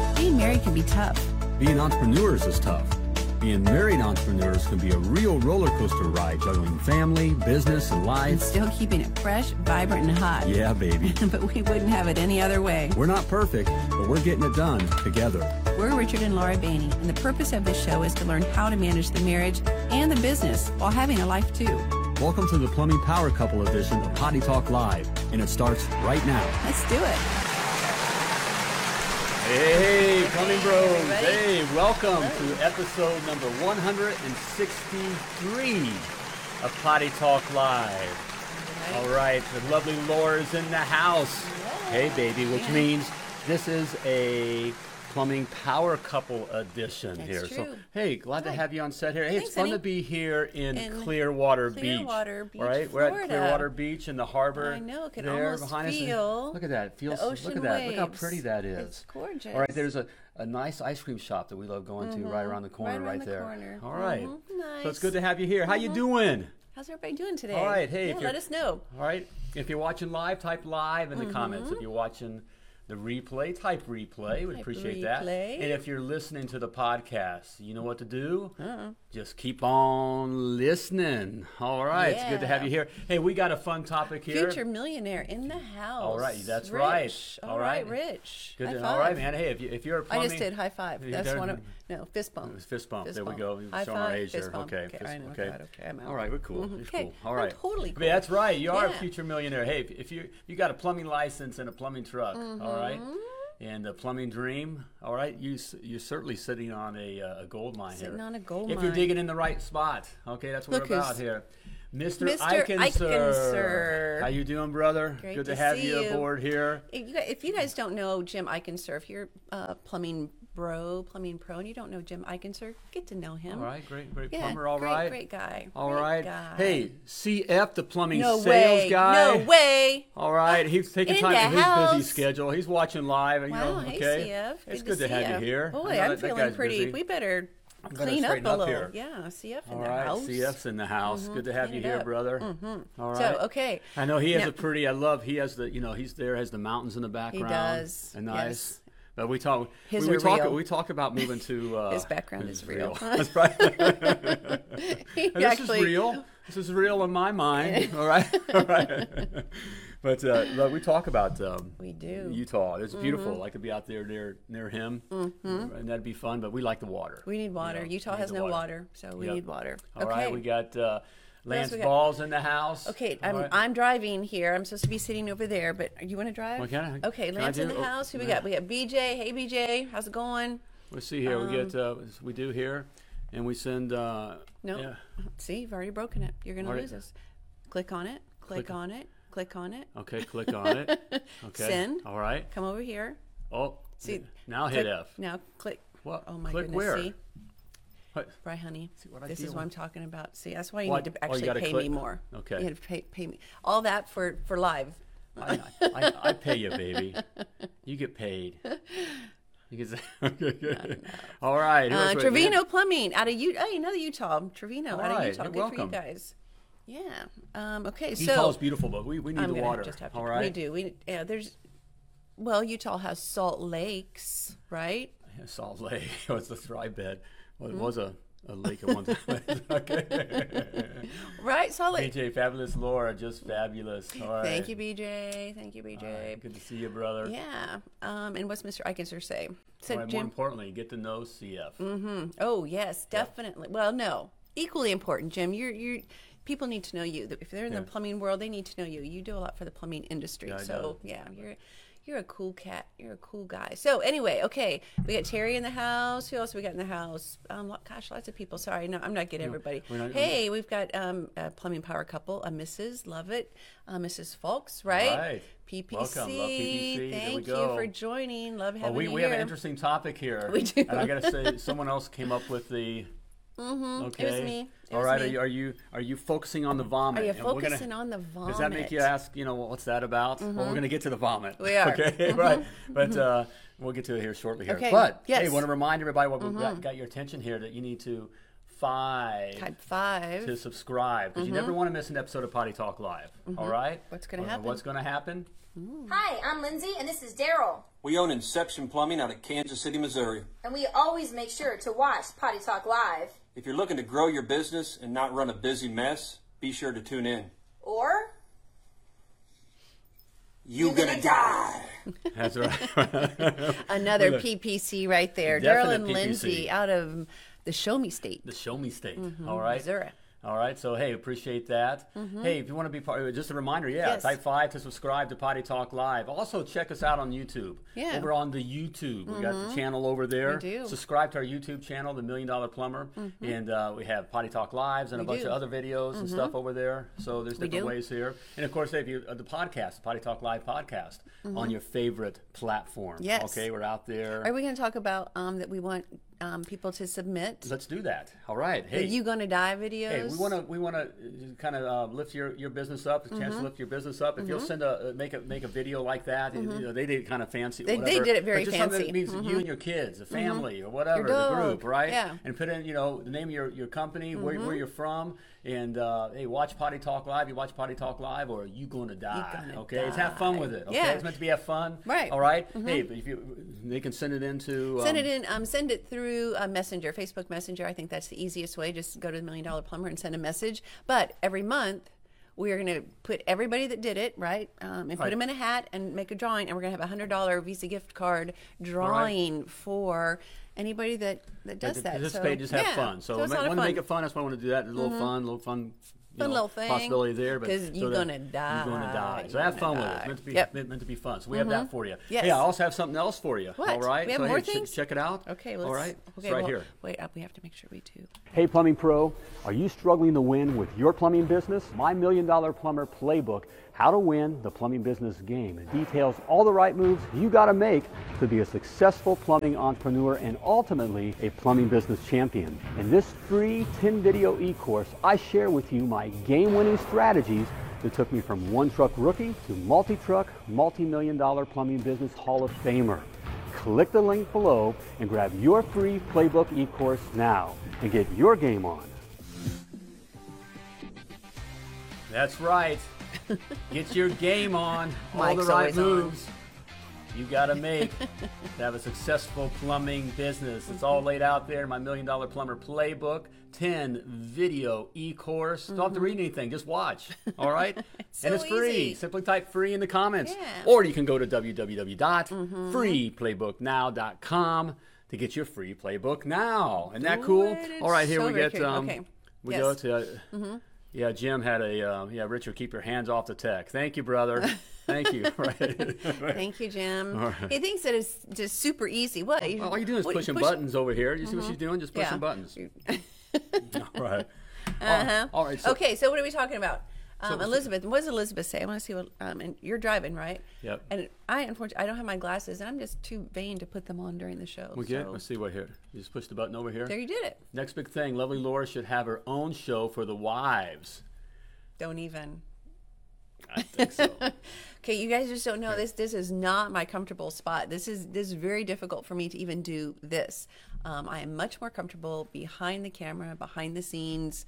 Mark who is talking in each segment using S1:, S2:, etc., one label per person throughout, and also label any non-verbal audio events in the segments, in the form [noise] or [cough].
S1: it can be tough.
S2: Being entrepreneurs is tough. Being married entrepreneurs can be a real roller coaster ride juggling family, business, and
S1: And
S2: life.
S1: still keeping it fresh, vibrant, and hot.
S2: Yeah, baby.
S1: [laughs]
S2: [laughs]
S1: but we wouldn't have it any other way.
S2: We're not perfect, but we're getting it done together.
S1: We're Richard and Laura Bainey, and the purpose of this show is to learn how to manage the marriage and the business while having a life too.
S2: Welcome to the Plumbing Power Couple edition of Potty Talk Live, and it starts right now.
S1: Let's do it.
S2: Hey, Plumbing Bros.
S1: everybody.
S2: Hey, welcome to episode number 163 of Potty Talk Live. All right, the lovely Laura's in the house. Hey, baby, which means this is a plumbing power couple edition
S1: That's
S2: here. So,
S1: true.
S2: hey, glad to have you on set here. Hey, it's
S1: Thanks,
S2: fun
S1: honey.
S2: to be here in,
S1: In
S2: Clearwater,
S1: Clearwater
S2: Beach.
S1: Beach,
S2: all right, we're at
S1: Florida.
S2: Clearwater Beach in the harbor.
S1: I know, could
S2: there
S1: almost
S2: behind us. And
S1: feel
S2: Look at that. It feels. look
S1: ocean
S2: at that. Look how
S1: waves.
S2: pretty that is.
S1: It's gorgeous. Mm-hmm.
S2: All right, there's a, a nice ice cream shop that we love going to right around the corner,
S1: around
S2: right,
S1: the
S2: there.
S1: corner.
S2: All right.
S1: Mhm,
S2: So it's
S1: nice. Mm-hmm.
S2: good to have you here. How you doing?
S1: How's everybody doing today?
S2: All right, hey,
S1: Yeah,
S2: if you're-
S1: let us know.
S2: All right. If you're watching live, type live in the comments. If you're watching the replay, type replay. We'd
S1: Mm-hmm. Type
S2: appreciate that.
S1: replay.
S2: And if you're listening to the podcast, you know what to do?
S1: Uh-uh.
S2: Just keep on listening. All right. It's good to have
S1: Yeah.
S2: you here. Hey, we got a fun topic here.
S1: Future millionaire in the house.
S2: All right, that's
S1: Rich.
S2: right. All
S1: All right,
S2: right.
S1: Rich.
S2: Good
S1: High
S2: to-
S1: five.
S2: all right, man. Hey, if, you, if you're a
S1: I
S2: plumbing,
S1: just did high five.
S2: You
S1: That's
S2: done-
S1: one of no fist bump.
S2: It's fist bump.
S1: Fist
S2: there
S1: bump.
S2: we go. You're
S1: High
S2: showing our
S1: five,
S2: age
S1: fist
S2: there.
S1: bump.
S2: Okay.
S1: Okay,
S2: fist-
S1: I know,
S2: okay.
S1: God, okay, I'm out.
S2: All right. We're cool.
S1: Mhm.
S2: You're
S1: Okay,
S2: cool. All
S1: I'm
S2: right.
S1: totally
S2: I mean, that's right. You are a
S1: Yeah.
S2: future millionaire. Hey, if- if you you got a plumbing license and a plumbing truck, all right,
S1: Mm-hmm.
S2: and a plumbing dream, all right, you s- you're certainly sitting on a, uh, a gold mine
S1: Sitting
S2: here.
S1: on a gold
S2: if you're
S1: mine.
S2: digging in the right spot, okay, that's what
S1: Look
S2: we're
S1: who's-
S2: about here. Mr.
S1: Mr. Eikensir.
S2: How you doing, brother?
S1: Great
S2: Good to,
S1: to
S2: have
S1: see
S2: you,
S1: you.
S2: aboard here.
S1: If you, guys, if you guys don't know Jim Iconserf, you're a uh, plumbing bro, plumbing pro, and you don't know Jim Iconserf, get to know him.
S2: All right, great, great
S1: Yeah,
S2: plumber. All
S1: great,
S2: right,
S1: great guy.
S2: All
S1: great
S2: right.
S1: guy.
S2: Hey, CF, the plumbing
S1: no
S2: sales
S1: way,
S2: guy.
S1: no way.
S2: All right, he's taking
S1: In
S2: time
S1: the
S2: out of his busy
S1: house.
S2: schedule. He's watching live. You
S1: Wow,
S2: know,
S1: hey
S2: okay.
S1: CF,
S2: It's good, to,
S1: see
S2: have
S1: ya.
S2: you here. I
S1: Boy,
S2: know
S1: I'm
S2: that- that
S1: feeling
S2: guy's
S1: pretty.
S2: busy.
S1: We better
S2: better
S1: clean up
S2: straighten
S1: a
S2: up
S1: little.
S2: here.
S1: Yeah, CF in
S2: All
S1: the
S2: right,
S1: house.
S2: CF's in the house. Good to have
S1: Clean it
S2: you here,
S1: up. Mm-hmm.
S2: brother. All right.
S1: So okay, [laughs]
S2: I know he has
S1: Now-
S2: a pretty. I love. He has the. You know, he's there. Has the mountains in the background.
S1: does,
S2: And
S1: yes.
S2: nice. But we talk.
S1: His
S2: we, we
S1: are
S2: talk.
S1: real.
S2: We talk about moving to. Uh,
S1: [laughs] His background
S2: this
S1: is real.
S2: [laughs] That's
S1: [laughs]
S2: right.
S1: he
S2: And this
S1: actually
S2: is real. This is real in my
S1: [laughs]
S2: mind. All right. [laughs] All right. but uh, look, we talk about um,
S1: We do. Mm-hmm.
S2: Utah. It's beautiful. I could be out there near near him, Mm, and that'd be fun. But we like the water.
S1: We need water.
S2: You know,
S1: Utah
S2: we need
S1: has
S2: the
S1: no water.
S2: water.
S1: so we
S2: Yep.
S1: need water.
S2: All
S1: okay.
S2: right, we got uh, Lance
S1: we got?
S2: Balls in the house.
S1: Okay,
S2: All
S1: I'm,
S2: right.
S1: I'm driving here. I'm supposed to be sitting over there, but you want to drive?
S2: Well, can I-
S1: Okay,
S2: can I
S1: Lance in
S2: do-
S1: the
S2: oh,
S1: house. Who we
S2: yeah.
S1: got? We got BJ. Hey, BJ, how's it going?
S2: Let's see here. we get uh, we do here, and we send. Uh,
S1: um, No.
S2: yeah.
S1: See, you've already broken it. You're gonna
S2: Already-
S1: lose us. Click on it. Click,
S2: Click- Oh.
S1: on it. Click on it.
S2: Okay, click on it.
S1: [laughs]
S2: Okay.
S1: Send.
S2: All right.
S1: Come over here.
S2: Oh,
S1: See,
S2: now hit
S1: click-
S2: F.
S1: Now click.
S2: What?
S1: Oh my
S2: click
S1: goodness.
S2: Where?
S1: See,
S2: What?
S1: Bri, honey,
S2: what I
S1: this
S2: deal
S1: is what
S2: with.
S1: I'm talking about. See, that's why you
S2: What?
S1: need to
S2: Oh, you
S1: actually
S2: gotta
S1: pay me
S2: click-
S1: more.
S2: Okay.
S1: You had to pay, pay me all that for for live.
S2: I, I, I pay you, baby. You get paid. You get, [laughs] okay, good. All right. who
S1: Uh,
S2: else we-
S1: Trevino Plumbing out of U. Hey, another Utah. um, Trevino out
S2: All
S1: of
S2: right,
S1: Utah.
S2: you're
S1: Good for you
S2: welcome.
S1: guys. Yeah. Um, okay. so
S2: Utah's beautiful, but we, we need
S1: I'm
S2: the
S1: gonna
S2: water.
S1: just have to.
S2: all right.
S1: We do. We yeah. There's. Well, Utah has Salt Lakes, right?
S2: Yeah, [laughs] Salt Lake. [laughs] It was a dry bed. Well, it
S1: Hmm?
S2: was a, a lake at one time. [laughs] okay.
S1: Right, Salt Lake.
S2: AJ, fabulous Laura, just fabulous. All right.
S1: Thank you, BJ. Thank you, BJ.
S2: All right, Good to see you, brother.
S1: Yeah. Um, and what's Mr. Eikenser say?
S2: All
S1: Said
S2: right, more
S1: Jim.
S2: importantly, get to know CF.
S1: Oh yes, definitely. Well, no, equally important, Jim. You're you. People need to know you. If they're in the plumbing world, they need to know you. You do a lot for the plumbing industry.
S2: I
S1: so yeah, you're you're a cool cat. You're a cool guy. So anyway, okay, we got Terry in the house. Who else we got in the house? Um, lo- gosh, lots of people. Sorry, no, I'm not getting everybody.
S2: we're not-
S1: hey, we've got um, a plumbing power couple, a Mrs. Lovett, uh, Mrs. Folks, right?
S2: Right.
S1: PPC.
S2: Welcome. Love PPC. There we
S1: Thank you
S2: go.
S1: for joining. Love having
S2: Well, Oh, we,
S1: you
S2: we
S1: here.
S2: have an interesting topic here.
S1: [laughs] We do.
S2: And I gotta say, someone else came up with the. Okay.
S1: me. Mm-hmm. It
S2: All
S1: was
S2: right.
S1: me.
S2: Are you are you are you focusing on the vomit?
S1: Are you
S2: And we're gonna-
S1: focusing on the vomit? Mm-hmm.
S2: Does that make you ask? You know well, what's that about? Well, we're gonna get to the vomit.
S1: We are.
S2: [laughs]
S1: Mm-hmm.
S2: Okay. right. But uh, we'll get to it here shortly. Here.
S1: Okay,
S2: But hey,
S1: yes. Mm-hmm.
S2: want to remind everybody what we've got, got your attention here that you need to five
S1: Type five.
S2: to subscribe because you never want to miss an episode of Potty Talk Live. all right.
S1: Mm-hmm. What's gonna
S2: Uh,
S1: happen? [laughs]
S2: What's gonna happen?
S3: Hi, I'm Lindsay, and this is Daryl.
S4: We own Inception Plumbing out of Kansas City, Missouri.
S3: And we always make sure to watch Potty Talk Live.
S4: If you're looking to grow your business and not run a busy mess, be sure to tune in.
S3: Or
S4: You gonna die.
S2: That's right. [laughs]
S1: Another
S2: Look.
S1: PPC right there. Daryl
S2: Definite
S1: and
S2: PPC.
S1: Lindsay out of the Show Me State.
S2: the show me state.
S1: Mm-hmm.
S2: all right.
S1: Missouri.
S2: All right. So, hey, appreciate that. Hey, if you want to be part of it, just a reminder, yeah,
S1: Mm-hmm. Yes.
S2: type five to subscribe to Potty Talk Live. Also, check us out on YouTube.
S1: Yeah. Mm-hmm.
S2: Over on the YouTube. We got the channel over there.
S1: We do. Mm-hmm.
S2: Subscribe to our YouTube channel, The Million Dollar Plumber. And uh, we have Potty Talk Lives and a
S1: We
S2: bunch
S1: do. Mm-hmm.
S2: of other videos and stuff over there. So, there's different
S1: do.
S2: ways here. And of course, if you uh, the podcast, Potty Talk Live podcast, on your favorite platform.
S1: Mm-hmm. Yes.
S2: Okay, we're out there.
S1: Are we going to talk about um, that we want um, people to submit?
S2: Let's do that. All right.
S1: Are
S2: Hey.
S1: you going to die videos? Mm-hmm.
S2: Hey, we want to we want to kind of uh, lift your, your business up, a chance to lift your business up. If you'll send a uh, make a make a video like that, you know, they did it kind of fancy.
S1: Mm-hmm. They- they
S2: whatever.
S1: did it very
S2: but just something
S1: fancy. Mm-hmm.
S2: That means you and your kids, the family, or whatever, the
S1: dog.
S2: group, right?
S1: Yeah. Mm-hmm.
S2: And put in you know the name of your, your company, where, where you're from, and uh, hey, watch Potty Talk Live. You watch Potty Talk Live, or you going to die?
S1: gonna
S2: okay, it's have fun with
S1: die.
S2: it. Okay,
S1: Yeah.
S2: it's meant to be have fun.
S1: Right. Mm-hmm.
S2: All right? Hey, but if you they can send it into
S1: Send
S2: um,
S1: it in. Um, send it through uh, Messenger, Facebook Messenger. I think that's the easiest way. Just go to the Million Dollar Plumber and send a message. But every month, we are going to put everybody that did it right, um, and put
S2: Right.
S1: them in a hat and make a drawing. And we're going to have a hundred dollar Visa gift card drawing for anybody that that does that.
S2: This
S1: So,
S2: page just have
S1: yeah.
S2: fun. So,
S1: it's a lot of
S2: I want to
S1: fun. Mm-hmm.
S2: make it fun. That's why I want to do that. A little fun, little fun, you
S1: Fun
S2: know,
S1: little thing.
S2: possibility there. But
S1: 'Cause
S2: so
S1: you're
S2: that-
S1: gonna
S2: You're gonna
S1: die.
S2: die. So
S1: You're
S2: have fun
S1: gonna
S2: with it. It's
S1: die.
S2: meant to be
S1: Yep. Mm-hmm.
S2: meant meant to be fun. So we have that for you.
S1: Yes.
S2: Hey, I also have something else for you.
S1: What?
S2: All right.
S1: We have
S2: so
S1: more
S2: hey, check-
S1: things?
S2: check it out.
S1: Okay. Well,
S2: All
S1: let's-
S2: right.
S1: Okay.
S2: it's right
S1: well,
S2: here.
S1: Wait up. We have to make sure we do.
S2: Hey Plumbing Pro, are you struggling to win with your plumbing business? My Million Dollar Plumber Playbook, How to Win the Plumbing Business Game. It details all the right moves you gotta make to be a successful plumbing entrepreneur and ultimately a plumbing business champion. In this free 10 video e-course, I share with you my game-winning strategies that took me from one-truck rookie to multi-truck, multi-million dollar plumbing business Hall of Famer. Click the link below and grab your free playbook e-course now and get your game on.
S1: [laughs]
S2: That's right. Get your game on. All the
S1: Mike's
S2: right
S1: always on.
S2: moves you gotta make to have a successful plumbing business. It's all laid out there in my Million Dollar Plumber Playbook, 10 video e-course. Don't have to read anything, just
S1: [laughs]
S2: watch. All right? and it's
S1: Mm-hmm. so
S2: free.
S1: easy.
S2: Simply type free in the comments.
S1: Yeah. Mm-hmm.
S2: Or you can go to www.freeplaybooknow.com to get your free playbook now. Isn't that
S1: Do
S2: cool?
S1: it.
S2: All right, here
S1: So
S2: we
S1: very
S2: get
S1: cool.
S2: um,
S1: Okay.
S2: we
S1: Yes. Mm-hmm.
S2: go to uh, yeah, Jim had a uh, yeah, Richard, keep your hands off the tech. Thank
S1: [laughs]
S2: you, brother. Thank you. [laughs] Right.
S1: Thank you, Jim. He thinks that it's just super easy. What?
S2: All you do is
S1: what-
S2: pushing
S1: push- Mm-hmm.
S2: buttons over here. You see what she's doing? Just pushing
S1: Yeah.
S2: buttons.
S1: [laughs]
S2: all right.
S1: Uh-huh.
S2: All right. So,
S1: okay, so what are we talking about? Um,
S2: so-
S1: Elizabeth, what does Elizabeth say? I want to see what. Um, and you're driving, right?
S2: Yep.
S1: And I unfortunately I don't have my glasses, and I'm just too vain to put them on during the show.
S2: We get.
S1: so-
S2: Let's see what here. You just push the button over here.
S1: There you did it.
S2: Next big thing. Lovely Laura should have her own show for the wives.
S1: Don't even.
S2: I
S1: [laughs]
S2: think so.
S1: Okay, you guys just don't know this. This is not my comfortable spot. This is this is very difficult for me to even do this. Um, I am much more comfortable behind the camera, behind the scenes,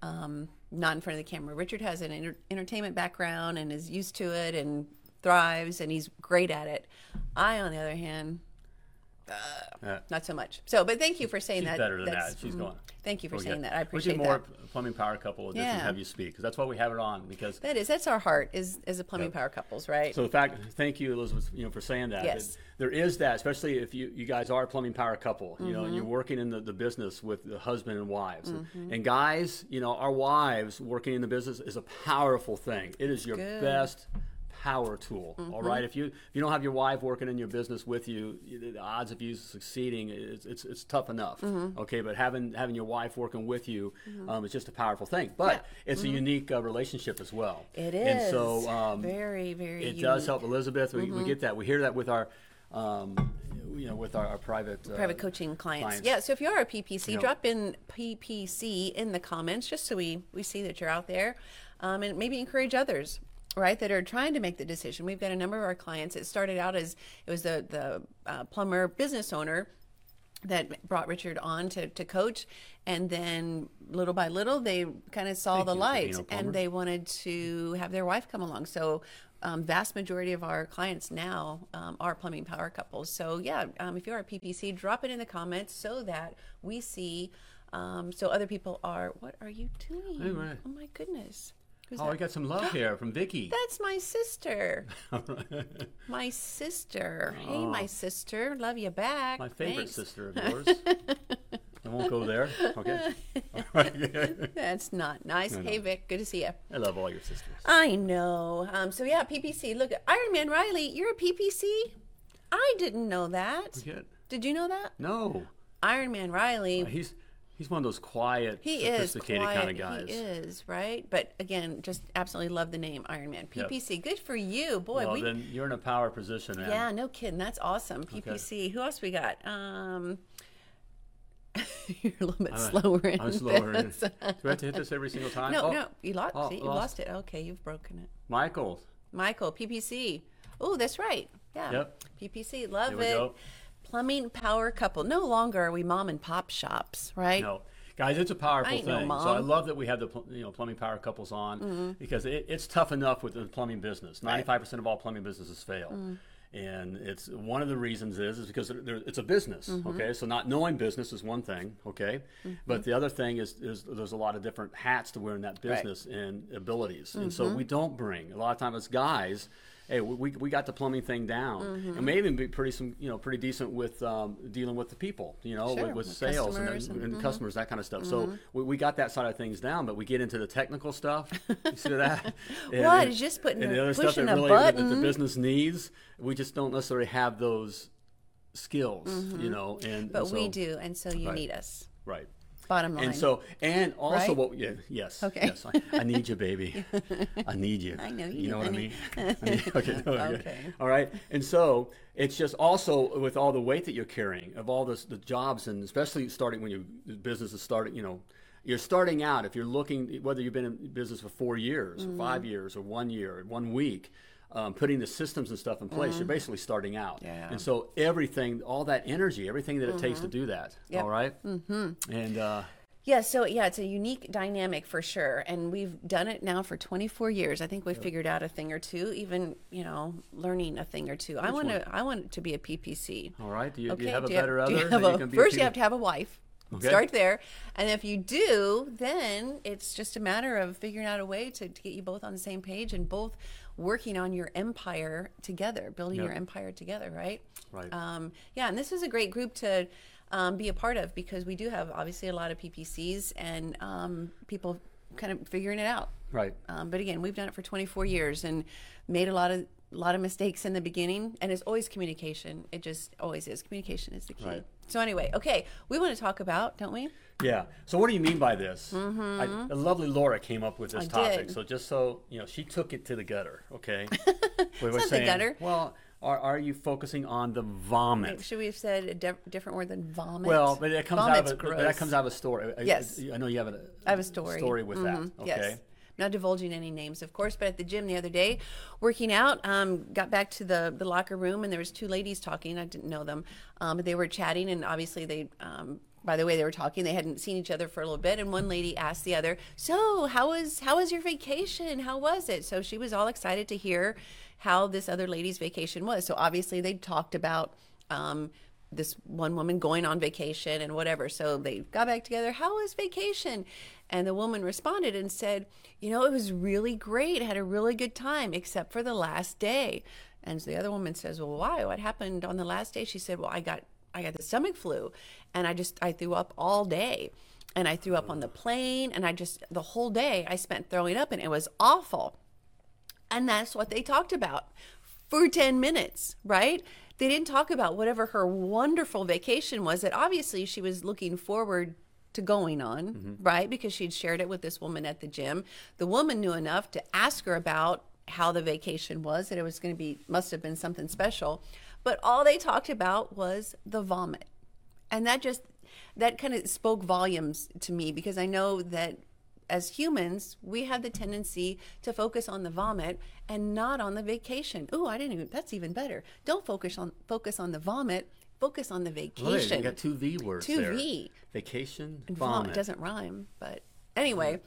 S1: um, not in front of the camera. Richard has an enter- entertainment background and is used to it and thrives, and he's great at it. I, on the other hand, uh,
S2: Yeah.
S1: not so much. So, but thank you for saying
S2: She's
S1: that.
S2: better than
S1: That's-
S2: that. She's
S1: mm,
S2: going.
S1: Thank you for
S2: We'll
S1: saying
S2: get-
S1: that. I appreciate
S2: We'll get more
S1: that.
S2: p- plumbing power couple edition
S1: Yeah.
S2: and have you speak because that's why we have it on because
S1: That is that's our heart is as a plumbing power couples, right?
S2: So the fact, thank you, Elizabeth, you know, for saying that.
S1: Yes.
S2: There is that, especially if you, you guys are a plumbing power couple, you know, and
S1: Mm-hmm.
S2: you're working in the, the business with the husband and wives. And, and guys, you know, our wives working in the business is a powerful thing. It is your
S1: Good. Mm-hmm.
S2: best power tool. all right. If you if you don't have your wife working in your business with you, you- the odds of you succeeding it's it's, it's tough enough.
S1: Mm-hmm.
S2: Okay, but having having your wife working with you, um, is just a powerful thing. But it's a unique uh, relationship as well.
S1: Mm-hmm. it is.
S2: And so um,
S1: very, very.
S2: it does
S1: unique.
S2: help Elizabeth. We,
S1: Mm-hmm.
S2: we get that. We hear that with our, um, you know, with our, our private uh,
S1: private coaching clients.
S2: clients.
S1: Yeah, so if you are a PPC,
S2: know.
S1: drop in PPC in the comments just so we we see that you're out there, um, and maybe encourage others. Right, that are trying to make the decision. We've got a number of our clients. It started out as it was the the uh, plumber business owner that brought Richard on to, to coach, and then little by little they kind of saw the
S2: you,
S1: light,
S2: Filipino plumber.
S1: and they wanted to have their wife come along. So um, vast majority of our clients now um, are plumbing power couples. So yeah, um, if you're a PPC, drop it in the comments so that we see. Um, so other people are. What are you doing?
S2: Hey, man.
S1: Oh my goodness. Who's
S2: Oh,
S1: that?
S2: we got
S1: [gasps]
S2: some love here from Vicky.
S1: That's my
S2: [laughs]
S1: sister. my sister. Hey, my sister. Love you back.
S2: My favorite
S1: Thanks. [laughs]
S2: sister of yours. I won't go there. Okay. [laughs]
S1: That's not nice. Hey, Vic. Good to see you.
S2: I love all your sisters.
S1: I know. Um, so yeah, PPC. Look, Iron Man Riley, you're a PPC. I didn't know that.
S2: Good.
S1: Did you know that?
S2: No,
S1: Iron Man Riley.
S2: he's he's one of those quiet,
S1: He is
S2: sophisticated
S1: quiet.
S2: kind of guys.
S1: He is right, but again, just absolutely love the name Iron Man. PPC. Good for you, boy.
S2: Well,
S1: we,
S2: then you're in a power position now.
S1: yeah, no kidding. That's awesome. PPC. Who else we got? Um, [laughs] you're a little bit slower. in [laughs]
S2: I'm slower.
S1: this.
S2: [laughs] Do I have to hit this every single time?
S1: No,
S2: Oh,
S1: no, you lost.
S2: Oh,
S1: see, you
S2: lost.
S1: lost it. Okay, you've broken it.
S2: Michael.
S1: Michael, PPC. Oh, that's right. Yeah.
S2: Yep.
S1: PPC, love
S2: There we
S1: it.
S2: go.
S1: Plumbing power couple. No longer are we mom and pop shops, right?
S2: No. Guys, it's a powerful
S1: I ain't
S2: thing.
S1: no
S2: So I
S1: mom. Mm-hmm.
S2: love that we have the pl- you know plumbing power couples on because it, it's tough enough with the plumbing business. Ninety five percent of all plumbing businesses fail,
S1: Mm.
S2: and it's one of the reasons is is because they're, they're- it's a business.
S1: Mm-hmm.
S2: Okay, so not knowing business is one thing. Okay, but the other thing is, is there's a lot of different hats to wear in that business and abilities, and
S1: Mm-hmm.
S2: so we don't bring a lot of time as guys. Hey, we, we- we got the plumbing thing down,
S1: Mm-hmm.
S2: and may even be pretty some you know pretty decent with um, dealing with the people, you know,
S1: Sure,
S2: Oh, with, with
S1: with
S2: sales and,
S1: customers Mm-hmm.
S2: and, and customers, that kind of stuff. So we, we got that side of things down, but we get into the technical stuff. You
S1: [laughs]
S2: see that? And-
S1: What?
S2: and-
S1: It's just putting
S2: and
S1: a-
S2: the other stuff
S1: pushing
S2: that
S1: a
S2: really that the
S1: button.
S2: business needs. We just don't necessarily have those skills, you know. And
S1: Mm-hmm. But
S2: and
S1: we
S2: so-
S1: do, and so you
S2: Right.
S1: need us.
S2: right?
S1: Bottom line.
S2: And so, and also,
S1: Right?
S2: what? Yeah, yes.
S1: Okay.
S2: Yes, I, I need
S1: [laughs]
S2: you, baby. I need you.
S1: I know you
S2: You
S1: do,
S2: know what
S1: honey.
S2: I mean? [laughs] I need- okay, no, okay.
S1: Okay.
S2: All right. And so, it's just also with all the weight that you're carrying of all this, the jobs, and especially starting when your business is starting. You know, you're starting out. If you're looking, whether you've been in business for four years, or
S1: Mm-hmm.
S2: five years, or one year, or one week. Um, putting the systems and stuff in place, you're basically starting out,
S1: Mm-hmm. Yeah.
S2: and so everything, all that energy, everything that it takes to do that, all Mm-hmm. And uh,
S1: Yeah, so yeah, it's a unique dynamic for sure. And we've done it now for 24 years. I think we've figured out a thing or two, even, you know, learning a thing or two. I want to I want to be a PPC.
S2: All right. Do you, do you
S1: Okay,
S2: have a
S1: do you
S2: better
S1: do
S2: other?
S1: you
S2: that
S1: have
S2: you
S1: a-
S2: can be
S1: first, you
S2: appealing-
S1: have to have a wife.
S2: Okay.
S1: Start there, and if you do, then it's just a matter of figuring out a way to, to get you both on the same page and both working on your empire together, building
S2: Yep.
S1: your empire together, right?
S2: Right.
S1: Um, yeah, and this is a great group to. Um, be a part of because we do have obviously a lot of PPCs and um, people kind of figuring it out.
S2: Right.
S1: Um, but again, we've done it for 24 years and made a lot of lot of mistakes in the beginning. And it's always communication. It just always is. Communication is the key.
S2: Right.
S1: So anyway, okay, we want to talk about, don't we?
S2: Yeah. So what do you mean by this? I, the lovely Laura came up with this
S1: Mm-hmm. I
S2: topic.
S1: did.
S2: So just so you know, she took it to the gutter.
S1: [laughs]
S2: Okay. we were
S1: not the
S2: saying,
S1: gutter.
S2: Well, are, are you focusing on the vomit?
S1: Should we have said a dif- different word than vomit?
S2: Well, but that comes out
S1: Vomit's
S2: of a, but
S1: gross.
S2: that comes out of a story. I- I-
S1: Yes.
S2: I, know you have a,
S1: I have a story.
S2: story with that.
S1: Mhm,
S2: Okay.
S1: Yes. I'm not divulging any names, of course, but at the gym the other day, working out, um, got back to the, the locker room and there was two ladies talking. I didn't know them, um, but they were chatting and obviously they, um, by the way they were talking, they hadn't seen each other for a little bit. And one lady asked the other, "So how was how was your vacation? How was it?" So she was all excited to hear how this other lady's vacation was. So obviously they talked about. Um, this one woman going on vacation and whatever. So they got back together. How was vacation? And the woman responded and said, You know, it was really great. Had a really good time, except for the last day. And the other woman says, Well, why? What happened on the last day? She said, Well, I got I got the stomach flu and I just I threw up all day. And I threw up on the plane and I just the whole day I spent throwing up and it was awful. And that's what they talked about for 10 minutes, right? They didn't talk about whatever her wonderful vacation was that obviously she was looking forward to going on, right? Because she'd shared it with this woman at the gym. The woman knew enough to ask her about how the vacation was, that it was going to be, must have been something special. But all they talked about was the vomit and that just that kind of spoke volumes to me because i know that as humans we have the tendency to focus on the vomit and not on the vacation ooh i didn't even that's even better don't focus on focus on the vomit focus on the
S2: Well, there,
S1: vacation
S2: you got two V words
S1: Two
S2: there.
S1: V.
S2: Vacation.
S1: Vom-
S2: Vomit.
S1: it doesn't rhyme but anyway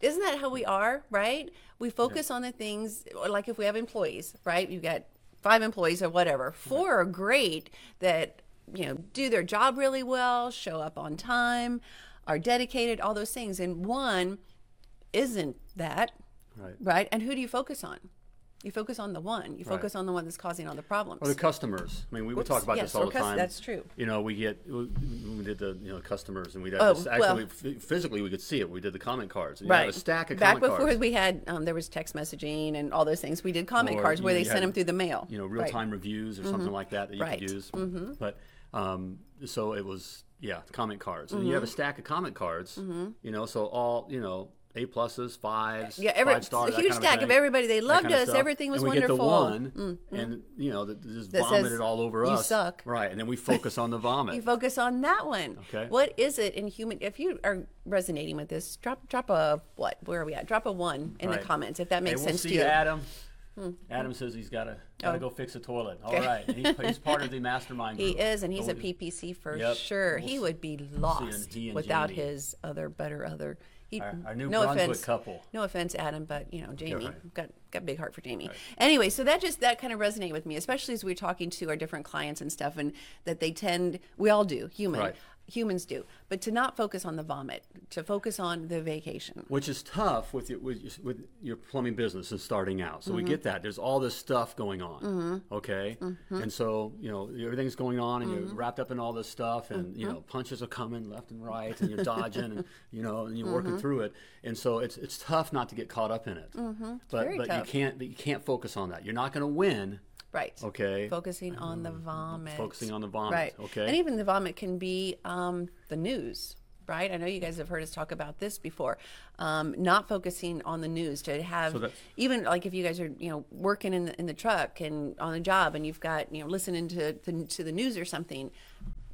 S1: Isn't that how we are, right? We focus on the things, or like if we have employees, right? You got five employees or whatever. Four are great that, you know, do their job really well, show up on time, are dedicated, all those things. And one isn't that,
S2: Right.
S1: right? And who do you focus on? You focus on the one. You focus on the one that's causing all the problems.
S2: Or the customers. I mean, we, we talk
S1: Whoops.
S2: about
S1: Yes,
S2: this all
S1: or
S2: the
S1: cus-
S2: time.
S1: that's true.
S2: You know, we get we we did the you know customers, and we'd have
S1: Oh,
S2: this,
S1: well-
S2: actually f- physically we could see it. We did the comment cards. And You
S1: Right.
S2: have a stack of
S1: Back
S2: comment
S1: before
S2: cards.
S1: we had, um, there was text messaging and all those things. We did comment
S2: or,
S1: cards
S2: you
S1: where
S2: know,
S1: they
S2: you
S1: sent
S2: had,
S1: them through the mail.
S2: You know, real
S1: Right. Mm-hmm.
S2: time reviews or something like that that you
S1: Right. Mm-hmm.
S2: could use. But um, so it was, yeah, comment cards. And you
S1: Mm-hmm.
S2: have a stack of comment cards. You know, so all you know, A pluses, fives,
S1: Yeah, every-
S2: five stars,
S1: a
S2: that
S1: huge
S2: kind
S1: stack of
S2: thing,
S1: everybody. They
S2: that
S1: loved
S2: kind of
S1: us.
S2: stuff.
S1: Everything was
S2: and we
S1: wonderful. Mm-hmm.
S2: Get the one, and you know, that just
S1: That says,
S2: vomited all over
S1: "You
S2: us.
S1: suck.
S2: Right, and then
S1: [laughs]
S2: we focus on the vomit.
S1: You focus on that one.
S2: Okay.
S1: What is it in human? If you are resonating with this, drop drop a what? Where are we at? Drop a one in
S2: Right.
S1: the comments if that
S2: Hey,
S1: makes
S2: we'll
S1: sense
S2: see
S1: to you. Hmm.
S2: Adam. Adam says he's got to gotta
S1: Oh.
S2: go fix
S1: [laughs]
S2: a toilet. All
S1: Okay.
S2: right, he's, he's part of the mastermind.
S1: He
S2: group.
S1: is, and he's
S2: So
S1: a
S2: we-
S1: PPC for
S2: Oh, Yep.
S1: sure.
S2: We'll
S1: he
S2: s-
S1: would be
S2: see in-
S1: lost
S2: he and
S1: without
S2: Jamie.
S1: his other better other. He,
S2: Our- our new
S1: no
S2: Brunswick
S1: offense,
S2: couple.
S1: No offense, Adam, but you know Jamie
S2: right.
S1: got got a big heart for Jamie. Anyway, so that just that kind of resonated with me, especially as we are talking to our different clients and stuff, and that they tend we all do human
S2: Right.
S1: humans do, but to not focus on the vomit, to focus on the vacation.
S2: which is tough with your, with your, with your plumbing business and starting out. So
S1: Mm-hmm.
S2: we get that. There's all this stuff going on. Okay,
S1: Mm-hmm.
S2: and so you know everything's going on, and you're wrapped up in all this stuff, and you
S1: Mm-hmm.
S2: know punches are coming left and right, and you're
S1: [laughs]
S2: dodging, and you know, and you're
S1: Mm-hmm.
S2: working through it. And so it's it's tough not to get caught up in it. But
S1: Mm-hmm. very
S2: but
S1: tough.
S2: you can't but you can't focus on that. You're not going to win.
S1: Right.
S2: Okay. Um,
S1: Focusing on the vomit.
S2: Focusing on the vomit,
S1: Right.
S2: okay.
S1: And even the vomit can be um, the news, right? I know you guys have heard us talk about this before. Um, not focusing on the news to have
S2: So that's-
S1: even like if you guys are you know working in the in the truck and on a job and you've got you know listening to to, to the news or something.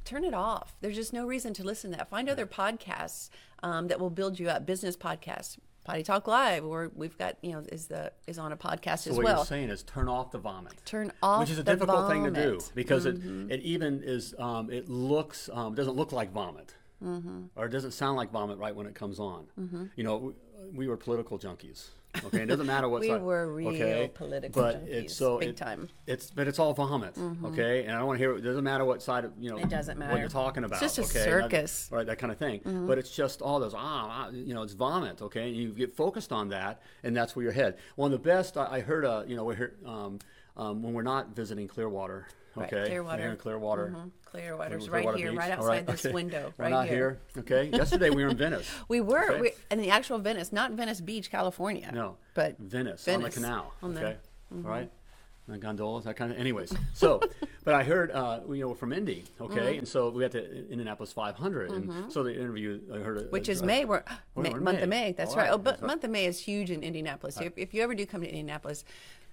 S1: Turn it off. There's just no reason to listen to that. Find other podcasts um, that will build you up. Business podcasts, Potty Talk Live, or we've got you know is the is on a podcast
S2: So
S1: as
S2: what
S1: well.
S2: you're saying is turn off the vomit.
S1: Turn off
S2: which is a
S1: the
S2: difficult thing to do
S1: vomit. Mm-hmm.
S2: because it, it even is um, it looks um, doesn't look like vomit
S1: Mm-hmm.
S2: or it doesn't sound like vomit right when it comes on. You know, we, we were political junkies. Okay, it doesn't matter what
S1: [laughs] We
S2: side-
S1: were real
S2: okay?
S1: political
S2: but
S1: junkies,
S2: It's, so
S1: big
S2: it-
S1: time. Mm-hmm.
S2: It's but it's all vomit. Okay, and I don't want to hear. It doesn't matter what side of you know.
S1: It doesn't
S2: what
S1: matter.
S2: you're talking
S1: It's
S2: about.
S1: just a
S2: okay?
S1: circus.
S2: right? That kind of thing.
S1: Mm-hmm.
S2: But it's just all those ah, ah, you know, it's vomit. Okay, and you get focused on that, and that's where your head. One of the best I, I heard. Uh, you know, we heard um, um, when we're not visiting Clearwater.
S1: Right,
S2: Okay,
S1: Clearwater.
S2: Here in Clearwater.
S1: Clear water's right
S2: Clearwater
S1: here,
S2: Beach,
S1: right
S2: all
S1: outside this
S2: okay.
S1: window,
S2: We're
S1: right
S2: not
S1: here. Mm-hmm.
S2: here. Okay. Yesterday we were
S1: [laughs]
S2: in Venice.
S1: We were
S2: Okay.
S1: we, in the actual Venice, not Venice Beach, California.
S2: No,
S1: but
S2: Venice, on the
S1: Venice,
S2: canal.
S1: on the- Mm-hmm.
S2: okay, all right, the gondolas, that kind of. Anyways,
S1: [laughs]
S2: so, but I heard, uh, you know, from Indy. Okay,
S1: Mm-hmm.
S2: and so we got to uh, Indianapolis 500, and so the interview I heard, a-
S1: Which is
S2: a-
S1: May, we're,
S2: We're
S1: May,
S2: in
S1: month of
S2: May.
S1: May. That's
S2: All
S1: right.
S2: right,
S1: Oh, but
S2: that's right.
S1: month of May is huge in Indianapolis. If, if you ever do come to Indianapolis,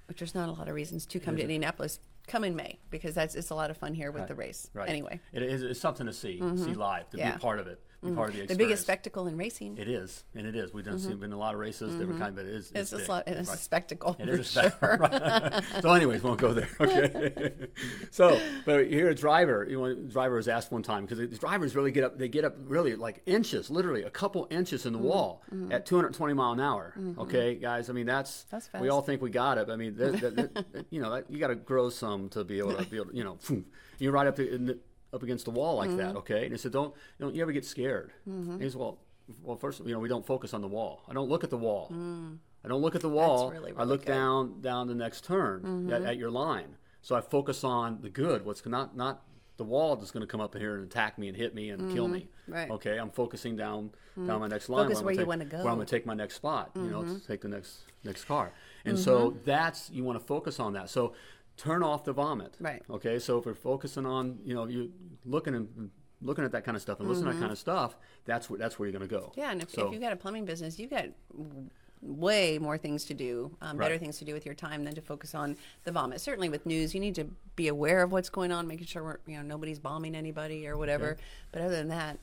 S1: which there's not a lot of reasons to come to Indianapolis, come in May because that's it's a lot of fun here with the race.
S2: Right.
S1: Anyway, Mm-hmm.
S2: it is it's something to see, see live, to be
S1: Yeah. Mm-hmm.
S2: a part of it, be part of the
S1: the
S2: experience.
S1: biggest spectacle in racing
S2: It is, and it is. We've done seen been a lot of races, different kind, but it is.
S1: is a,
S2: big.
S1: slo- Mm-hmm. it's a [laughs]
S2: Right.
S1: spectacle.
S2: It
S1: for
S2: is a sure. [laughs] so, anyways, won't go
S1: [laughs]
S2: there. Okay. so, but here a driver, you know, a driver was asked one time because the drivers really get up, they get up really like inches, literally a couple inches in
S1: Mm-hmm.
S2: the wall at 220 mile an hour. Okay, guys. I mean, that's
S1: That's
S2: we all think we got it. but I mean, that, that,
S1: [laughs]
S2: that- you know, that, you got to grow some to be able to be able, to, you know, phoom, you're right up to, in the, up against the wall like
S1: Mm-hmm.
S2: that. Okay, and he said, don't don't you ever get scared? And he said, well, well, first, you know, we don't focus on the wall. I don't look at the wall.
S1: Mm.
S2: I don't look at the wall.
S1: really,
S2: I
S1: really
S2: look
S1: good. Mm-hmm.
S2: down down down the next turn at, at your line. So I focus on the good, what's not not the wall that's going to come up here and attack me and hit me and kill me.
S1: Mm-hmm. Right. Mm-hmm.
S2: Okay, I'm focusing down down my next line.
S1: Focus
S2: I'm
S1: where
S2: gonna
S1: you
S2: take-
S1: wanna go. Mm-hmm.
S2: Where I'm going to take my next spot. You know, to take the next next car. And so that's you want to focus on that. So turn off the vomit.
S1: Right.
S2: Okay. So if we're focusing on you know you looking and looking at that kind of stuff and listening to that kind of stuff, that's where that's where you're going to go.
S1: Mm-hmm. Yeah, and if,
S2: So-
S1: if you've got a plumbing business, you've got w- way more things to do, um, better
S2: Right.
S1: things to do with your time than to focus on the vomit. Certainly with news, you need to be aware of what's going on, making sure we're, you know nobody's bombing anybody or whatever. But other than that,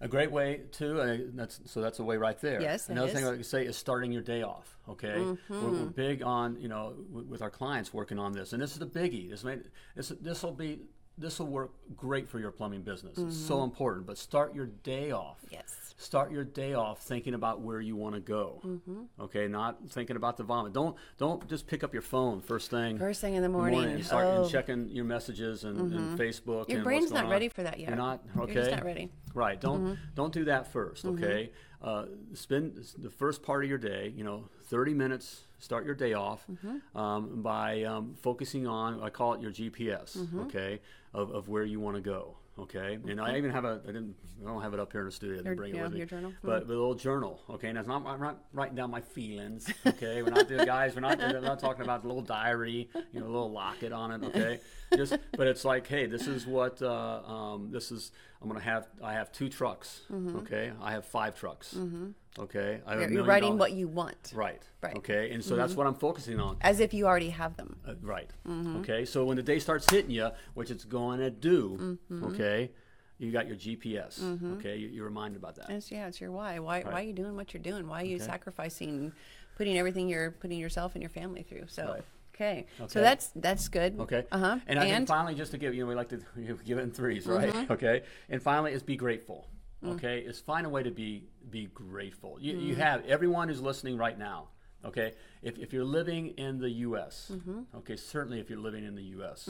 S2: A great way too, and that's so that's a way right there.
S1: Yes, it
S2: Another
S1: is. Mm-hmm.
S2: thing I could say is starting your day off. Okay, we're, we're big on you know w- with our clients working on this, and this is the biggie. This may this this will be this will work great for your plumbing business. It's so important, but start your day off.
S1: Mm-hmm. Yes.
S2: Start your day off thinking about where you want to go.
S1: Mm-hmm.
S2: Okay, not thinking about the vomit. Don't don't just pick up your phone first thing.
S1: First thing in the morning.
S2: and start and
S1: Oh. Mm-hmm.
S2: checking your messages and, and Facebook.
S1: Your
S2: and what's
S1: brain's
S2: going
S1: not
S2: on.
S1: ready for that yet.
S2: You're not
S1: You're
S2: okay.
S1: just not ready.
S2: Right. Don't
S1: Mm-hmm.
S2: don't do that first. Okay. Uh, spend the first part of your day. You know, 30 minutes. Start your day off
S1: Mm-hmm.
S2: um, by um, focusing on. I call it your GPS.
S1: Mm-hmm.
S2: Okay. Of, of where you want to go. Okay. And I even have a. I didn't. I don't have it up here in the studio. I didn't
S1: Your-
S2: bring it
S1: yeah,
S2: with me.
S1: your journal.
S2: But with a little journal. Okay. And it's not. I'm not writing down my feelings. Okay. We're not doing guys. We're not. We're not talking about a little diary. You know, a little locket on it. Okay. Just. But it's like, hey, this is what. Uh, um, this is. I'm gonna have. I have two trucks. Okay. I have five trucks. Okay. I have a
S1: Mm-hmm. You're, you're
S2: million
S1: writing
S2: dollar-
S1: what you want,
S2: Right.
S1: Right. Mm-hmm.
S2: Okay. And so that's what I'm focusing on.
S1: as if you already have them.
S2: Uh, Right.
S1: Mm-hmm.
S2: Okay. So when the day starts hitting you, which it's going to do,
S1: Mm-hmm.
S2: okay, you got your GPS. Okay. You, you're reminded about that.
S1: It's, yeah, it's your why. Why, why are you doing what you're doing? Why are you sacrificing, putting everything you're putting yourself and your family through? So,
S2: Right.
S1: okay.
S2: Okay.
S1: So that's that's good.
S2: Okay.
S1: Uh huh.
S2: And I think finally, just to give you know, we like to [laughs] give it in threes, right?
S1: Mm-hmm.
S2: Okay. And finally, is be grateful.
S1: Mm.
S2: Okay. Is find a way to be be grateful. You, you have everyone who's listening right now. Okay. If, if you're living in the U.S.
S1: Mm-hmm.
S2: Okay. Certainly, if you're living in the U.S.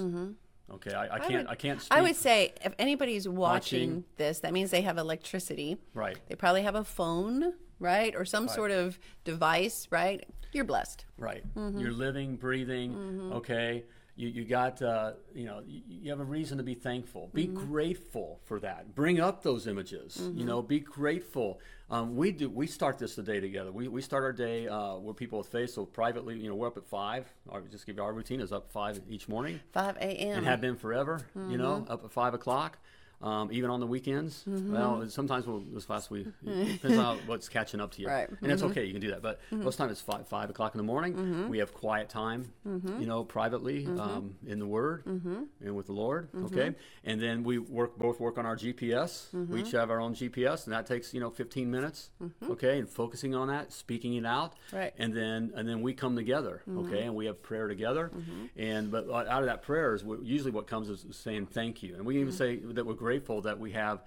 S2: Okay. I, I can't. I,
S1: would-
S2: can't. Speak.
S1: Mm-hmm. I would say if anybody's watching,
S2: Watching.
S1: this, that means they have electricity.
S2: Right.
S1: They probably have a phone, right? Or some sort of device, right? You're blessed.
S2: Right. You're living, breathing. Okay. You, you got uh, you know you, you have a reason to be thankful. Be grateful for that. Bring up those images. You know, be grateful. Um, we do. We start this today together. We, we start our day. Uh, we're people of faith, so privately, you know, we're up at five. Our, just give you our routine is up five each morning
S1: 5 a.m.
S2: and have been forever. You know, up at five o'clock, um, even on the weekends. Well, sometimes we'll, this last week it depends on what's catching up to you,
S1: Right.
S2: and it's okay. You can do that, but most time it's five five o'clock in the morning. We have quiet time, you know, privately um, in the Word and with the Lord. Okay, and then we work both work on our GPS. We each have our own GPS, and that takes you know fifteen minutes. Okay, and focusing on that, speaking it out,
S1: Right.
S2: and and then and then we come together okay and we have prayer together and but out out of that prayer is what, usually what comes is saying thank you and we even say that we're grateful that we have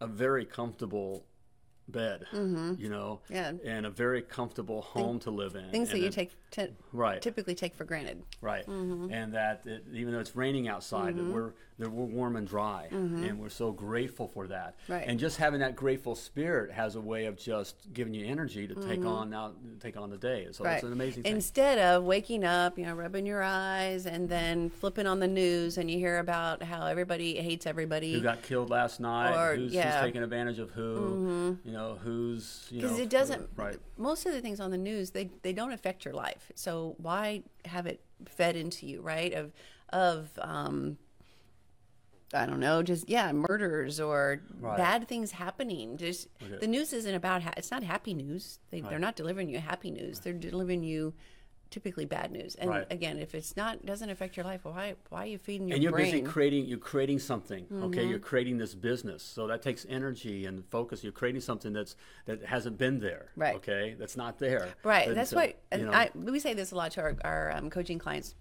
S2: a very comfortable bed you know
S1: Mm-hmm. Yeah.
S2: and a very comfortable home to live in
S1: Things that
S2: and
S1: you
S2: a-
S1: take Mm-hmm. t-
S2: Right.
S1: typically take for granted.
S2: Right, and that it, even though it's raining outside,
S1: Mm-hmm.
S2: that we're that we're warm and dry, and we're so grateful for that.
S1: Right.
S2: and just having that grateful spirit has a way of just giving you energy to
S1: Mm-hmm.
S2: take on now, take on the day. So it's an amazing thing.
S1: Instead of waking up, you know, rubbing your eyes and then flipping on the news and you hear about how everybody hates everybody.
S2: who got killed last night,
S1: Or-
S2: who's,
S1: yeah. Mm-hmm.
S2: who's taking advantage of who, you know, who's, you know,
S1: because it doesn't
S2: right.
S1: most of the things on the news they, they don't affect your life so why have it fed into you right of of um i don't know just yeah murders or
S2: Right.
S1: bad things happening just the news isn't about ha- it's not happy news they, they're not delivering you happy news they're delivering you typically bad news and
S2: Right.
S1: again if it's not doesn't affect your life why why are you feeding your
S2: And you're
S1: brain Mm-hmm.
S2: busy creating, you're creating something, okay? You're creating this business, so that takes energy and focus. You're creating something that's that hasn't been there,
S1: Right.
S2: Okay, that's not there,
S1: Right.
S2: And
S1: That's
S2: so,
S1: what
S2: you
S1: and
S2: know,
S1: I, we say this a lot to our, our um, coaching clients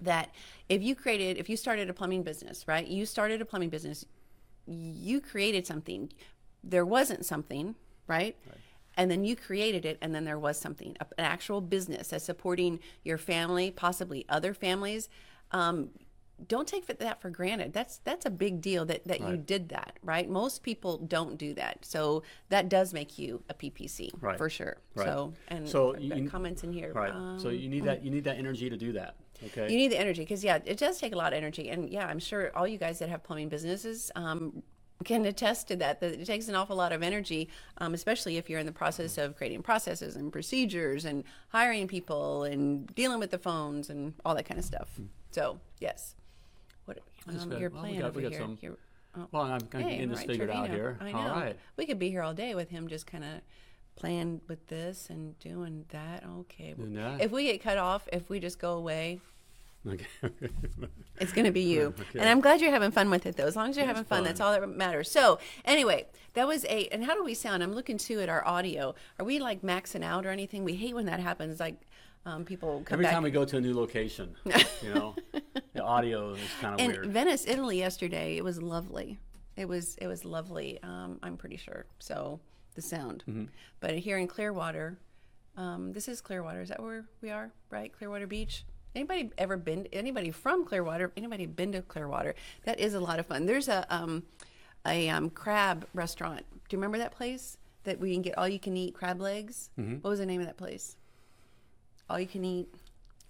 S1: that if you created, if you started a plumbing business, right? You started a plumbing business, you created something. There wasn't something, right? And then you created it, and then there was something, a- an actual business that's supporting your family, possibly other families. Um, don't take that for granted. That's that's a big deal that that you did that, right? Most people don't do that, so that does make you a PPC
S2: Right.
S1: for sure.
S2: Right.
S1: So and
S2: So
S1: I've
S2: you
S1: got
S2: n-
S1: comments in here.
S2: right.
S1: Um,
S2: so you need that, you need that energy to do that, okay?
S1: you need the energy because yeah, it does take a lot of energy, and yeah, I'm sure all you guys that have plumbing businesses um, can attest to that. That it takes an awful lot of energy, um, especially if you're in the process of creating processes and procedures and hiring people and dealing with the phones and all that kind of stuff.
S2: Hmm.
S1: So yes, what um,
S2: good.
S1: your
S2: Well, we
S1: plan
S2: got-
S1: over
S2: we got
S1: here?
S2: some-
S1: Your- oh,
S2: well, I'm kind of
S1: hey,
S2: getting this
S1: Ryan
S2: figured out
S1: Trevino.
S2: here.
S1: I know.
S2: All right.
S1: We could be here all day with him, just kind of playing with this and doing that. Okay.
S2: Doing that.
S1: If we get cut off, if we just go away,
S2: Okay. [laughs]
S1: it's going to be you. And I'm glad you're having fun with it, though. As long as you're having fun,
S2: fun.
S1: that's all that matters. So, anyway, that was a. And how do we sound? I'm looking too at our audio. Are we like maxing out or anything? We hate when that happens. Like, um, people come
S2: Every
S1: back.
S2: time we go to a new
S1: [laughs]
S2: location, you know, the audio is kind of
S1: and
S2: weird.
S1: Venice, Italy, yesterday, it was lovely. It was it was lovely. Um, I'm pretty sure. So the sound.
S2: Mm-hmm.
S1: But here in Clearwater, um, this is Clearwater. Is that where we are? Right, Clearwater Beach. Anybody ever been? Anybody from Clearwater? Anybody been to Clearwater? That is a lot of fun. There's a um, a um, crab restaurant. Do you remember that place that we can get all you can eat crab legs?
S2: Mm-hmm.
S1: What was the name of that place? All you can eat.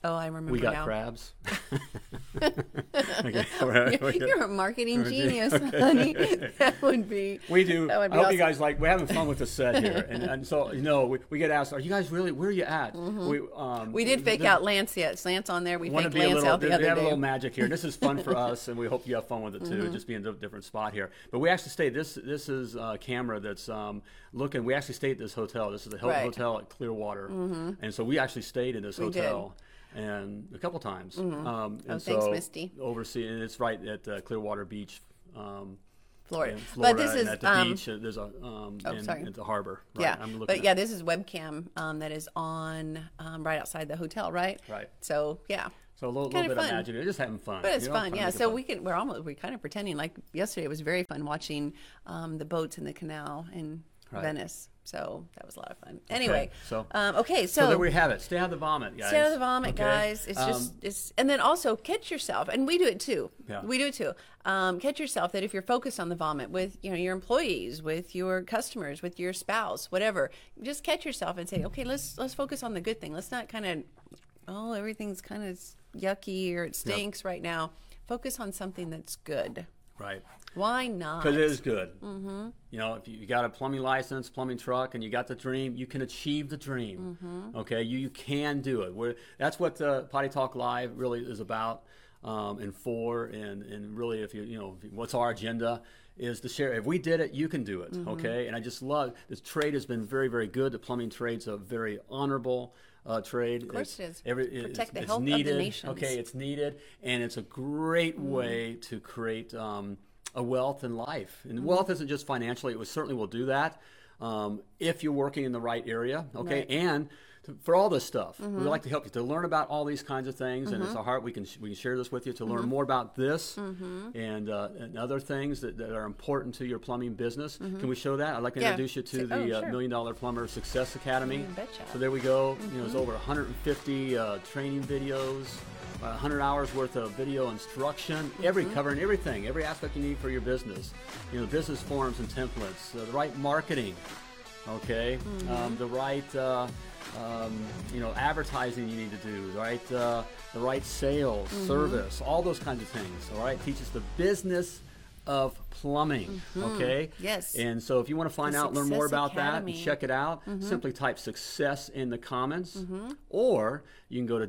S1: Oh, I remember
S2: We got
S1: now.
S2: crabs.
S1: [laughs]
S2: [laughs] Okay, we're- we're good.
S1: You're a marketing genius, honey.
S2: [laughs]
S1: That would be.
S2: We do.
S1: That would be
S2: I hope you
S1: awesome.
S2: guys like. We're having fun with the set here, and, and so you know, we, we get asked, "Are you guys really? Where are you at?" We um,
S1: Mm-hmm. We did fake out Lance yet. Lance on there. We
S2: Want to
S1: faked
S2: be a
S1: Lance
S2: little?
S1: out
S2: We
S1: the
S2: have
S1: other
S2: a
S1: day. Mm-hmm.
S2: little magic here. This is fun
S1: [laughs]
S2: for us, and we hope you have fun with it too. Just being in a different spot here, but we actually stayed. This this is a camera that's um, looking. We actually stayed at this hotel. This is the Hilton
S1: Right. Mm-hmm.
S2: hotel at Clearwater, and so we actually stayed in this
S1: We did. Mm-hmm. Oh,
S2: hotel. And a couple times. Um, and
S1: thanks,
S2: so
S1: Misty.
S2: Overseeing, and it's right at uh, Clearwater Beach. Um,
S1: Florida.
S2: in Florida
S1: but this
S2: and
S1: is
S2: at the
S1: um, oh,
S2: beach. uh, There's a um, and
S1: sorry.
S2: at the harbor. Right?
S1: yeah.
S2: I'm looking.
S1: but
S2: at-
S1: yeah, this is webcam um, that is on um, right outside the hotel, right?
S2: Right.
S1: So yeah.
S2: so a little, little
S1: kinda
S2: bit of
S1: fun.
S2: magic. We're just having fun.
S1: But it's
S2: you know,
S1: fun, yeah.
S2: making
S1: So
S2: fun.
S1: we can we're almost we're kind of pretending like yesterday was very fun watching um, the boats in the canal in Venice. So that was a lot of fun. Anyway,
S2: so-
S1: um, okay, so,
S2: So there we have it. Stay out of the vomit, guys.
S1: Stay out of the vomit,
S2: Okay?
S1: guys. It's
S2: Um,
S1: just it's, and then also catch yourself, and we do it too.
S2: Yeah.
S1: We do it too. Um, catch yourself that if you're focused on the vomit with you know your employees, with your customers, with your spouse, whatever, just catch yourself and say, okay, let's let's focus on the good thing. Let's not kind of oh everything's kind of yucky or it stinks right now. Focus on something that's good.
S2: Um, right
S1: Why not?
S2: because it is good. Mm-hmm. You know, if you, you got a plumbing license, plumbing truck, and you got the dream, you can achieve the dream.
S1: Mm-hmm.
S2: Okay, you you can do it. We're, that's what uh, Potty Talk Live really is about. Um, and for and and really, if you you know if you- what's our agenda is to share. If we did it, you can do it.
S1: Mm-hmm.
S2: Okay, and I just love this trade has been very very good. The plumbing trade's a very honorable uh, trade. Of
S1: course it is. Protect the
S2: it's
S1: health of the
S2: needed.
S1: nations.
S2: Okay, it's needed, and it's a great
S1: Hmm.
S2: way to create um, a wealth in life. And
S1: Hmm.
S2: wealth isn't just financially; it was, certainly will do that um, if you're working in the right area. Okay,
S1: Right. Mm-hmm.
S2: and to, for all this stuff, we like to help you to learn about all these kinds of things, and it's a heart we can sh- we can share this with you to
S1: Mm-hmm.
S2: learn more about this and uh, and other things that, that are important to your plumbing business. Can we show that? I'd like to
S1: Mm-hmm. Yeah.
S2: introduce you to
S1: Say-
S2: the
S1: oh,
S2: uh,
S1: sure.
S2: Million Dollar Plumber Success Academy.
S1: Mm, betcha.
S2: So there we go. You know, there's over 150 uh, training videos, uh, 100 hours worth of video instruction, every
S1: Mm-hmm.
S2: covering everything, every aspect you need for your business. You know, business forms and templates, uh, the right marketing, okay,
S1: Mm-hmm.
S2: um, the right. Uh, um, you know, advertising you need to do, right? Uh, the right sales,
S1: Mm-hmm.
S2: service, all those kinds of things. All right, teaches the business of plumbing. Okay.
S1: Mm-hmm. Yes.
S2: And so, if you want to find
S1: The
S2: out, learn more
S1: Success
S2: about that,
S1: Academy.
S2: and check check it out,
S1: Mm-hmm.
S2: simply type success in the comments, or you can go to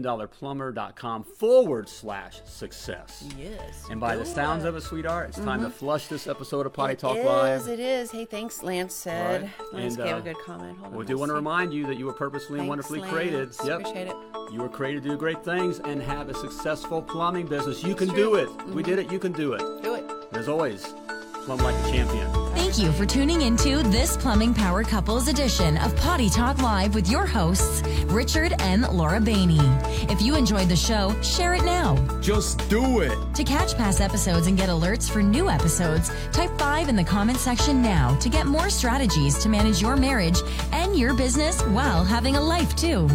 S2: www.themilliondollarplumber.com forward slash success.
S1: yes.
S2: And by
S1: do
S2: the sounds
S1: it.
S2: of it, sweetheart, it's time to flush this episode of Potty
S1: It
S2: Talk
S1: is,
S2: Live.
S1: It is. Hey, thanks, Lance said.
S2: Right.
S1: Lance
S2: And,
S1: gave
S2: uh,
S1: a good comment. Hold on,
S2: We do
S1: I'll
S2: want to
S1: see.
S2: remind you that you were purposefully and
S1: Thanks,
S2: wonderfully
S1: Lance.
S2: created. Yep.
S1: Appreciate it.
S2: You were created to do great things and have a successful plumbing business. You can do it.
S1: Mm-hmm.
S2: We did it. You can do it.
S1: Do it.
S2: And as always, plumb like a champion.
S5: Thank you for tuning into this Plumbing Power Couples edition of Potty Talk Live with your hosts, Richard and Laura Bainey. If you enjoyed the show, share it now.
S6: Just do it.
S5: To catch past episodes and get alerts for new episodes, type 5 in the comment section now to get more strategies to manage your marriage and your business while having a life too.